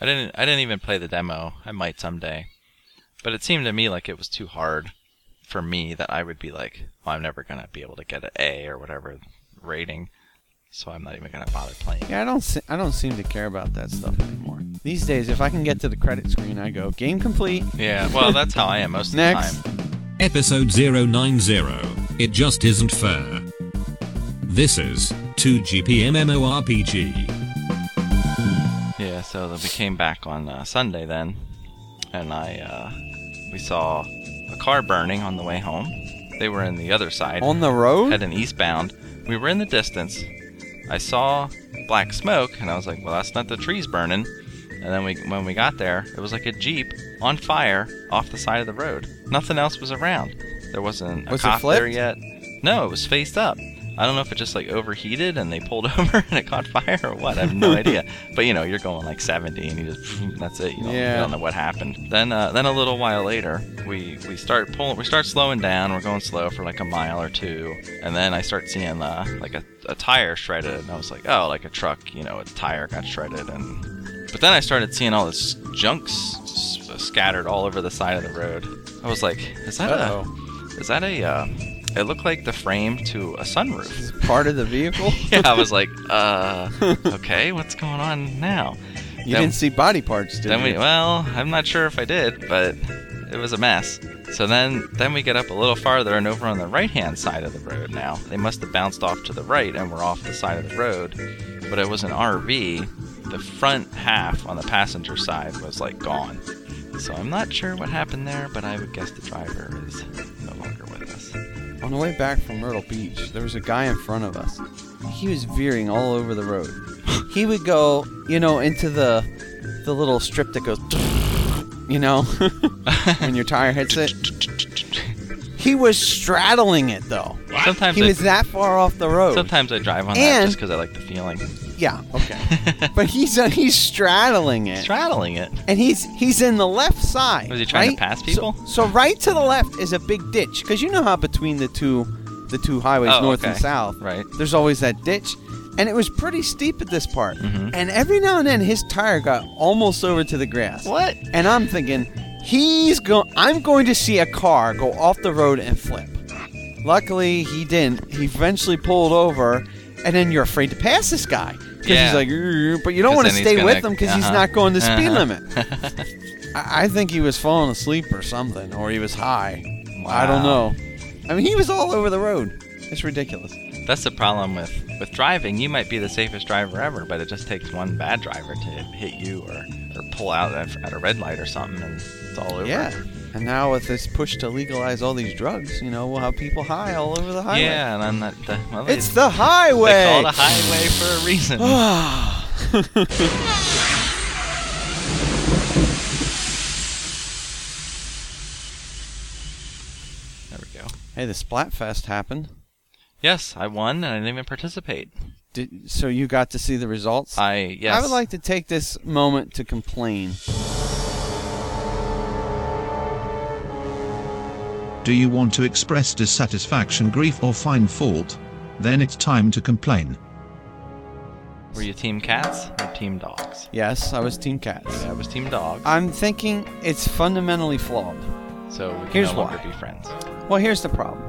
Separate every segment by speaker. Speaker 1: I didn't I didn't even play the demo. I might someday. But it seemed to me like it was too hard for me that I would be like, well, I'm never gonna be able to get an A or whatever rating. So I'm not even gonna bother playing.
Speaker 2: Yeah, I don't se- I don't seem to care about that stuff anymore. These days, if I can get to the credit screen, I go game complete.
Speaker 1: Yeah, well that's how I am most of
Speaker 2: Next.
Speaker 1: the time.
Speaker 3: Episode 090. It just isn't fair. This is 2GPMMORPG.
Speaker 1: Yeah, so then we came back on uh, Sunday then, and I uh, we saw a car burning on the way home. They were in the other side.
Speaker 2: On the road?
Speaker 1: heading eastbound. We were in the distance. I saw black smoke, and I was like, "Well, that's not the trees burning." And then we, when we got there, it was like a jeep on fire off the side of the road. Nothing else was around. There wasn't a
Speaker 2: Was it
Speaker 1: cop there
Speaker 2: flipped?
Speaker 1: yet. No, it was faced up. I don't know if it just like overheated and they pulled over and it caught fire or what. I have no idea. But you know, you're going like 70 and you just that's it. You don't,
Speaker 2: Yeah.
Speaker 1: you don't know what happened. Then uh, then a little while later, we we start pulling, we start slowing down. We're going slow for like a mile or two, and then I start seeing uh, like a, a tire shredded, and I was like, oh, like a truck, you know, its tire got shredded, and but then I started seeing all this junk s- s- scattered all over the side of the road. I was like, is that a is that a uh, it looked like the frame to a sunroof
Speaker 2: Is it part of the vehicle?
Speaker 1: yeah, I was like, uh, okay, what's going on now?
Speaker 2: You
Speaker 1: Then-
Speaker 2: didn't see body parts, did
Speaker 1: Then we,
Speaker 2: you?
Speaker 1: well, I'm not sure if I did, but it was a mess. So then, then we get up a little farther and over on the right-hand side of the road. Now they must have bounced off to the right and we're off the side of the road. But it was an RV. The front half on the passenger side was like gone. So I'm not sure what happened there, but I would guess the driver is no longer with us.
Speaker 2: On the way back from Myrtle Beach, there was a guy in front of us. He was veering all over the road. He would go, you know, into the the little strip that goes, you know, when your tire hits it. He was straddling it though.
Speaker 1: Sometimes
Speaker 2: He
Speaker 1: I,
Speaker 2: was that far off the road.
Speaker 1: sometimes I drive on that
Speaker 2: And-
Speaker 1: just because I like the feeling.
Speaker 2: Yeah. Okay. but he's uh, he's straddling it,
Speaker 1: straddling it.
Speaker 2: and he's he's in the left side.
Speaker 1: Was he trying to
Speaker 2: right?
Speaker 1: pass
Speaker 2: So-
Speaker 1: people?
Speaker 2: So, right to the left is a big ditch because you know how between the two the two highways,
Speaker 1: Oh,
Speaker 2: north and
Speaker 1: okay.
Speaker 2: south,
Speaker 1: Right.
Speaker 2: There's always that ditch, and it was pretty steep at this part.
Speaker 1: Mhm.
Speaker 2: And every now and then his tire got almost over to the grass.
Speaker 1: What?
Speaker 2: And I'm thinking, he's going. I'm going to see a car go off the road and flip. Luckily, he didn't. He eventually pulled over, and then you're afraid to pass this guy because
Speaker 1: Yeah.
Speaker 2: he's like, "Grr," but you don't
Speaker 1: 'Cause
Speaker 2: want to
Speaker 1: then he's
Speaker 2: stay
Speaker 1: gonna-
Speaker 2: with him because he's
Speaker 1: uh-huh,
Speaker 2: not going the speed
Speaker 1: uh-huh.
Speaker 2: limit. I, I think he was falling asleep or something, or he was high. I don't
Speaker 1: Wow.
Speaker 2: know. I mean, he was all over the road. It's ridiculous.
Speaker 1: That's the problem with with driving. You might be the safest driver ever, but it just takes one bad driver to hit you or, or pull out at, at a red light or something, and it's all over.
Speaker 2: Yeah. And now with this push to legalize all these drugs, you know, we'll have people high all over the highway.
Speaker 1: Yeah, and I'm not. The, well, they,
Speaker 2: It's the
Speaker 1: they
Speaker 2: highway.
Speaker 1: call it a highway for a reason. there we go.
Speaker 2: hey, the Splatfest happened.
Speaker 1: Yes, I won, and I didn't even participate.
Speaker 2: Did, so you got to see the results.
Speaker 1: I Uh, yes.
Speaker 2: I would like to take this moment to complain.
Speaker 4: Do you want to express dissatisfaction, grief, or find fault? Then it's time to complain.
Speaker 1: Were you team cats or team dogs?
Speaker 2: Yes, I was Team Cats.
Speaker 1: I was team dogs.
Speaker 2: I'm thinking it's fundamentally flawed.
Speaker 1: so we can
Speaker 2: Here's
Speaker 1: no longer
Speaker 2: why.
Speaker 1: be friends.
Speaker 2: Well, here's the problem.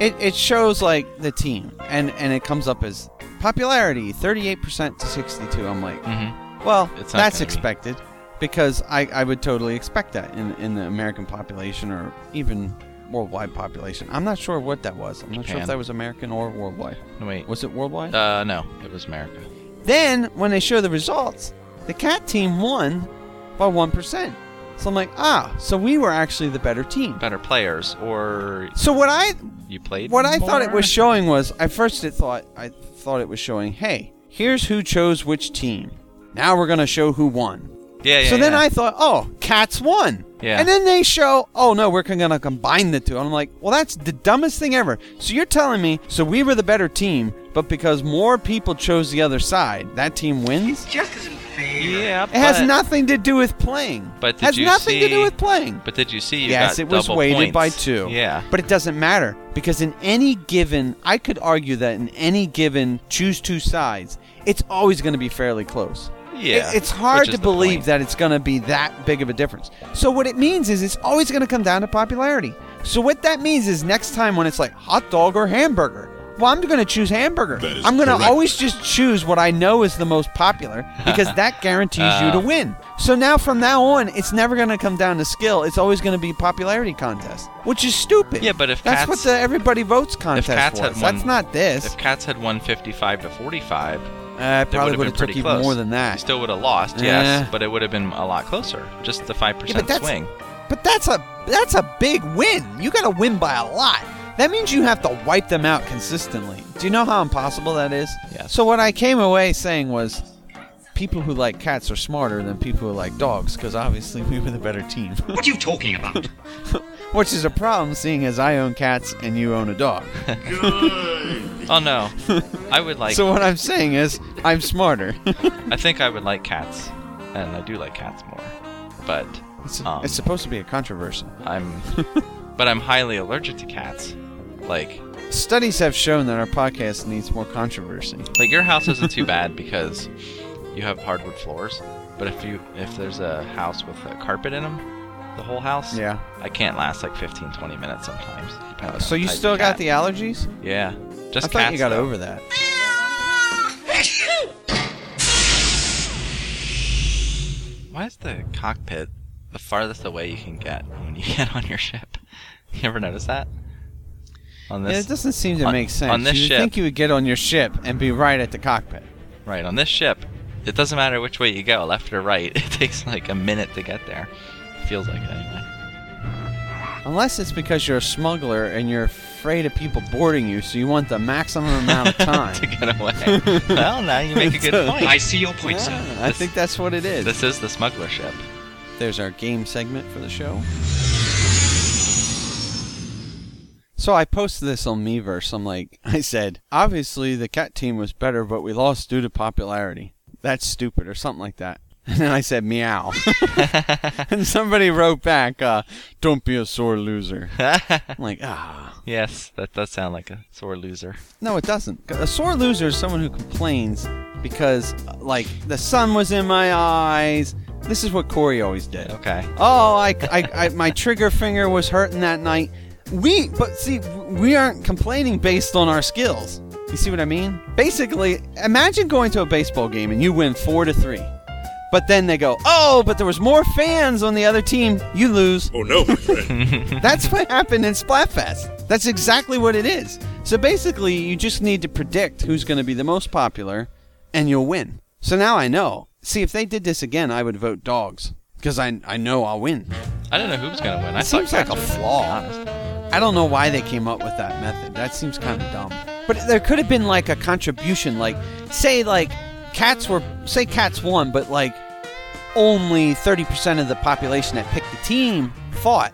Speaker 2: It, it shows like the team, and, and it comes up as popularity 38% to 62. I'm like,
Speaker 1: Mm-hmm.
Speaker 2: well,
Speaker 1: It's not
Speaker 2: that's
Speaker 1: gonna be.
Speaker 2: expected because I, I would totally expect that in, in the American population or even worldwide population. I'm not sure what that was. I'm not sure if
Speaker 1: Japan.
Speaker 2: that was American or worldwide.
Speaker 1: Wait.
Speaker 2: Was it worldwide?
Speaker 1: Uh, no, it was America.
Speaker 2: Then, when they show the results, the cat team won by 1%. So I'm like, ah, so we were actually the better team.
Speaker 1: Better players, or
Speaker 2: So what I
Speaker 1: you played.
Speaker 2: what I thought it
Speaker 1: more?
Speaker 2: was showing was I first it thought I thought it was showing, hey, here's who chose which team. Now we're gonna show who won.
Speaker 1: yeah, yeah.
Speaker 2: so then
Speaker 1: yeah.
Speaker 2: I thought, oh, cats won.
Speaker 1: Yeah.
Speaker 2: And then they show, oh no, we're gonna combine the two. And I'm like, well, that's the dumbest thing ever. So you're telling me, so we were the better team, but because more people chose the other side, that team wins.
Speaker 5: just isn't fair.
Speaker 1: Yeah,
Speaker 2: It has nothing to do with playing.
Speaker 1: But did
Speaker 2: has
Speaker 1: you
Speaker 2: nothing to do
Speaker 1: see-
Speaker 2: with playing.
Speaker 1: But did you see? You
Speaker 2: yes,
Speaker 1: got
Speaker 2: it was
Speaker 1: double
Speaker 2: weighted
Speaker 1: points.
Speaker 2: by two.
Speaker 1: Yeah.
Speaker 2: But it doesn't matter because in any given, I could argue that in any given choose two sides, it's always going to be fairly close.
Speaker 1: Yeah.
Speaker 2: It- it's hard
Speaker 1: which
Speaker 2: to
Speaker 1: is the
Speaker 2: believe
Speaker 1: point.
Speaker 2: that it's going to be that big of a difference. So what it means is it's always going to come down to popularity. So what that means is next time when it's like hot dog or hamburger, well, I'm going to choose hamburger.
Speaker 5: That is
Speaker 2: I'm going to
Speaker 5: correct.
Speaker 2: always just choose what I know is the most popular because that guarantees you to
Speaker 1: Ah.
Speaker 2: win. So now from now on, it's never going to come down to skill. It's always going to be popularity contest, which is stupid.
Speaker 1: Yeah, but if
Speaker 2: that's what
Speaker 1: Cats-
Speaker 2: the everybody votes
Speaker 1: If
Speaker 2: contest
Speaker 1: Cats
Speaker 2: was,
Speaker 1: had won,
Speaker 2: that's not this.
Speaker 1: If Cats had won 55 to 45,
Speaker 2: uh, it
Speaker 1: they would
Speaker 2: probably
Speaker 1: have
Speaker 2: would
Speaker 1: been
Speaker 2: have took
Speaker 1: pretty
Speaker 2: you
Speaker 1: close.
Speaker 2: more than
Speaker 1: You
Speaker 2: that.
Speaker 1: still would have lost, yes,
Speaker 2: Eh.
Speaker 1: but it would have been a lot closer. Just the 5%
Speaker 2: Yeah, but that's-
Speaker 1: swing.
Speaker 2: But that's a that's a big win. You got to win by a lot. That means you have to wipe them out consistently. Do you know how impossible that is?
Speaker 1: Yes.
Speaker 2: So what I came away saying was people who like cats are smarter than people who like dogs because obviously we were the better team.
Speaker 6: What are you talking about?
Speaker 2: Which is a problem seeing as I own cats and you own a dog.
Speaker 1: Oh no. I would like
Speaker 2: so what I'm saying is I'm smarter.
Speaker 1: I think I would like cats and I do like cats more. But
Speaker 2: it's,
Speaker 1: Um.
Speaker 2: it's supposed to be a controversy.
Speaker 1: I'm but I'm highly allergic to cats. Like
Speaker 2: Studies have shown that our podcast needs more controversy.
Speaker 1: like your house isn't too bad because you have hardwood floors, but if you if there's a house with a carpet in them, the whole house,
Speaker 2: Yeah.
Speaker 1: I can't last like 15 20 minutes sometimes. depending on
Speaker 2: So you
Speaker 1: type of
Speaker 2: still got
Speaker 1: Uh, cat.
Speaker 2: the allergies?
Speaker 1: Yeah.
Speaker 2: I
Speaker 1: Just
Speaker 2: thought
Speaker 1: cats.
Speaker 2: you got
Speaker 1: though.
Speaker 2: over that.
Speaker 1: Why is the cockpit the farthest away you can get when you get on your ship? You ever notice that? On
Speaker 2: Yeah,
Speaker 1: this
Speaker 2: it doesn't seem to
Speaker 1: on-
Speaker 2: make sense.
Speaker 1: on this
Speaker 2: you
Speaker 1: ship.
Speaker 2: think you would get on your ship and be right at the cockpit.
Speaker 1: right, on this ship, it doesn't matter which way you go, left or right. It takes like a minute to get there. feels like it anyway.
Speaker 2: Unless it's because you're a smuggler and you're afraid of people boarding you, so you want the maximum amount of
Speaker 1: to
Speaker 2: time.
Speaker 1: get away. well, now you make a good
Speaker 2: So-
Speaker 1: point.
Speaker 6: I see your point, sir.
Speaker 2: Yeah, I think that's what it is.
Speaker 1: This is the smuggler ship.
Speaker 2: There's our game segment for the show. So I posted this on Meverse. I'm like, I said, obviously the cat team was better, but we lost due to popularity. That's stupid, or something like that. And then I said, meow. and somebody wrote back, uh, don't be a sore loser. I'm like, ah.
Speaker 1: Yes, that does sound like a sore loser.
Speaker 2: No, it doesn't. A sore loser is someone who complains because, uh, like, the sun was in my eyes. This is what Corey always did.
Speaker 1: Okay.
Speaker 2: Oh, I, I, I, my trigger finger was hurting that night. We, but see, we aren't complaining based on our skills. You see what I mean? Basically, imagine going to a baseball game and you win four to three, but then they go, "Oh, but there was more fans on the other team. You lose."
Speaker 5: Oh no, my friend.
Speaker 2: That's what happened in Splatfest. That's exactly what it is. So basically, you just need to predict who's going to be the most popular, and you'll win. So now I know. See, if they did this again, I would vote dogs because I, I know I'll win.
Speaker 1: I don't know who's gonna win. I
Speaker 2: It seems
Speaker 1: thought
Speaker 2: like
Speaker 1: cats
Speaker 2: a
Speaker 1: would win, to be
Speaker 2: flaw.
Speaker 1: honest.
Speaker 2: I don't know why they came up with that method. That seems kind of dumb. But there could have been like a contribution, like say like cats were say cats won, but like only 30% of the population that picked the team fought.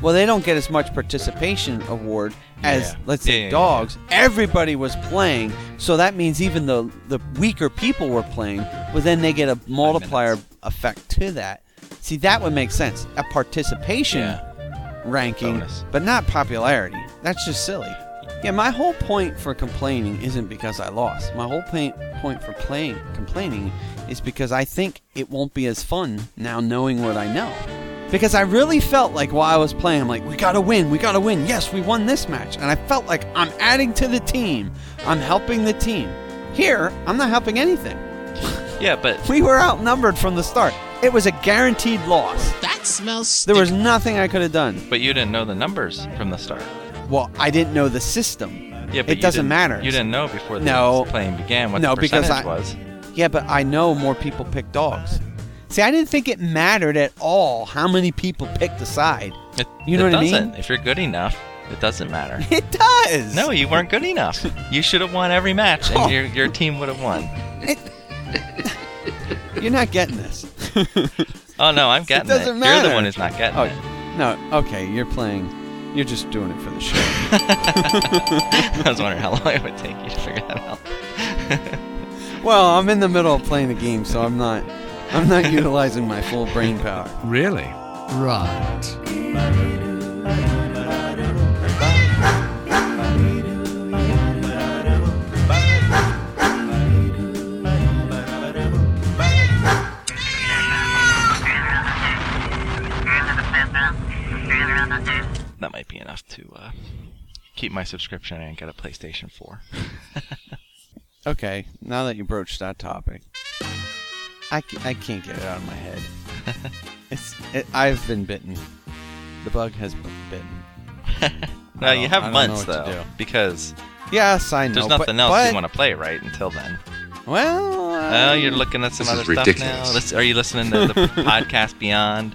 Speaker 2: Well, they don't get as much participation award as
Speaker 1: Yeah.
Speaker 2: let's
Speaker 1: Yeah,
Speaker 2: say
Speaker 1: yeah, yeah.
Speaker 2: dogs. Everybody was playing, so that means even though the weaker people were playing, well then they get a multiplier effect to that. See, that would make sense. A participation
Speaker 1: Yeah.
Speaker 2: ranking,
Speaker 1: Bonus.
Speaker 2: but not popularity. That's just silly. Yeah, my whole point for complaining isn't because I lost. My whole point point for playing complaining is because I think it won't be as fun now knowing what I know. Because I really felt like while I was playing, I'm like, we gotta win, we gotta win. Yes, we won this match, and I felt like I'm adding to the team. I'm helping the team. Here, I'm not helping anything.
Speaker 1: Yeah, but
Speaker 2: We were outnumbered from the start. It was a guaranteed loss.
Speaker 7: That smells.
Speaker 2: There was nothing I could have done.
Speaker 1: but you didn't know the numbers from the start.
Speaker 2: Well, I didn't know the system.
Speaker 1: Yeah, but
Speaker 2: it
Speaker 1: you
Speaker 2: doesn't
Speaker 1: didn't-
Speaker 2: matter.
Speaker 1: You didn't know before the
Speaker 2: No.
Speaker 1: playing began what
Speaker 2: No,
Speaker 1: the
Speaker 2: because
Speaker 1: percentage
Speaker 2: I-
Speaker 1: was.
Speaker 2: Yeah, but I know more people pick dogs. See, I didn't think it mattered at all how many people picked a side.
Speaker 1: It,
Speaker 2: You know
Speaker 1: it
Speaker 2: what I mean?
Speaker 1: doesn't. If you're good enough, it doesn't matter.
Speaker 2: It does.
Speaker 1: no, you weren't good enough. You should have won every match, and
Speaker 2: Oh.
Speaker 1: your your team would have won.
Speaker 2: you're not getting this.
Speaker 1: Oh no, I'm getting it.
Speaker 2: doesn't
Speaker 1: You're
Speaker 2: matter.
Speaker 1: the one who's not getting
Speaker 2: Oh,
Speaker 1: it.
Speaker 2: no. Okay, you're playing. You're just doing it for the show.
Speaker 1: I was wondering how long it would take you to figure that out.
Speaker 2: well, I'm in the middle of playing the game, so I'm not. I'm not utilizing my full brain power.
Speaker 8: Really?
Speaker 7: Right.
Speaker 1: might be enough to uh, keep my subscription and get a PlayStation 4.
Speaker 2: Okay, now that you broached that topic, I, c- I can't get it out of my head. it's it, I've been bitten. The bug has been bitten.
Speaker 1: now you
Speaker 2: don't- I
Speaker 1: have
Speaker 2: don't know
Speaker 1: months
Speaker 2: what to
Speaker 1: though,
Speaker 2: do.
Speaker 1: because
Speaker 2: Yes, I know.
Speaker 1: there's
Speaker 2: but-
Speaker 1: nothing else
Speaker 2: but, Um,
Speaker 1: you want to play right until then.
Speaker 2: to. Well,
Speaker 1: Oh,
Speaker 2: I-
Speaker 1: you're looking at some
Speaker 5: This
Speaker 1: other
Speaker 5: is
Speaker 1: stuff now.
Speaker 5: ridiculous.
Speaker 1: Lis- are you listening to the podcast Beyond?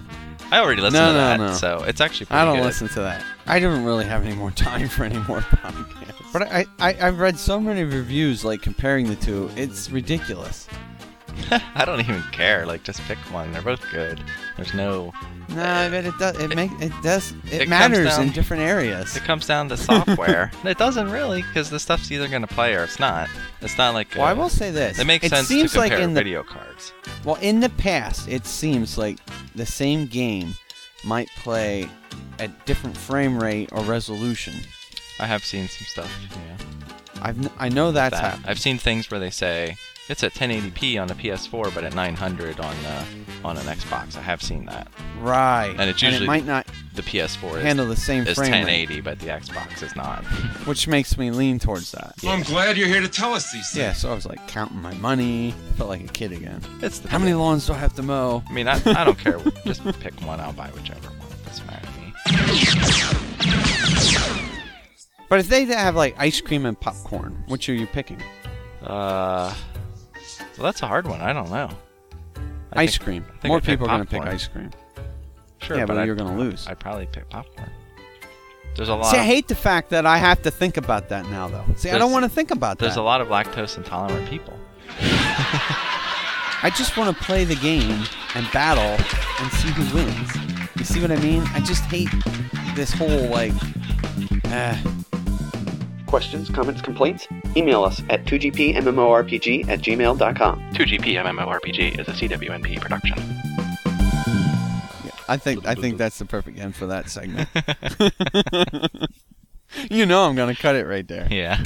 Speaker 1: I already listened
Speaker 2: No,
Speaker 1: to
Speaker 2: no,
Speaker 1: that,
Speaker 2: no.
Speaker 1: so it's actually pretty
Speaker 2: I don't
Speaker 1: good.
Speaker 2: listen to that. I don't really have any more time for any more podcasts. But I, I I've read so many reviews like comparing the two. It's ridiculous.
Speaker 1: I don't even care. Like, just pick one. They're both good. There's no.
Speaker 2: No, but it does. It make it does. It,
Speaker 1: it comes
Speaker 2: matters in
Speaker 1: down-
Speaker 2: different areas.
Speaker 1: It comes down to software. it doesn't really, because the stuff's either going to play or it's not. It's not like.
Speaker 2: Well, I
Speaker 1: uh,
Speaker 2: will say this.
Speaker 1: It makes
Speaker 2: it
Speaker 1: sense
Speaker 2: seems
Speaker 1: to compare
Speaker 2: like in the
Speaker 1: video cards.
Speaker 2: Well, in the past, it seems like the same game might play at different frame rate or resolution.
Speaker 1: I have seen some stuff. Yeah.
Speaker 2: I've kn- I know that's
Speaker 1: that.
Speaker 2: happened.
Speaker 1: I've seen things where they say it's at 1080p on a PS4, but at 900 on uh, on an Xbox. I have seen that.
Speaker 2: Right.
Speaker 1: And it's
Speaker 2: it
Speaker 1: usually-
Speaker 2: might not
Speaker 1: The PS4 is,
Speaker 2: handle the same
Speaker 1: is
Speaker 2: frame
Speaker 1: 1080, but the Xbox is not.
Speaker 2: rate, which makes me lean towards that.
Speaker 8: I'm glad you're here to tell us these things.
Speaker 2: Yeah, so I was like counting my money. Felt like a kid again.
Speaker 1: It's the
Speaker 2: How many lawns do I have to mow?
Speaker 1: I mean, I, I don't care. Just pick one. I'll buy whichever one. It doesn't matter to me.
Speaker 2: But if they have like ice cream and popcorn, which are you picking?
Speaker 1: Uh, well, that's a hard one. I don't know. I
Speaker 2: ice
Speaker 1: think-
Speaker 2: cream.
Speaker 1: I think
Speaker 2: More
Speaker 1: I'd pick
Speaker 2: people are going to pick
Speaker 1: popcorn.
Speaker 2: ice cream.
Speaker 1: Sure,
Speaker 2: yeah, but,
Speaker 1: I'd-
Speaker 2: you're going to lose.
Speaker 1: I'd probably pick popcorn. There's a lot.
Speaker 2: See, I
Speaker 1: of-
Speaker 2: hate the fact that I have to think about that now, though. See, I don't
Speaker 1: There's-
Speaker 2: want to think about
Speaker 1: there's
Speaker 2: that.
Speaker 1: a lot of lactose intolerant people.
Speaker 2: I just want to play the game and battle and see who wins. You see what I mean? I just hate this whole like. Uh,
Speaker 9: Questions, comments, complaints? Email us at 2gpmmorpg at gmail.com.
Speaker 10: 2GP MMORPG is a CWNP production.
Speaker 2: I think I think that's the perfect end for that segment. you know I'm gonna cut it right there.
Speaker 1: Yeah.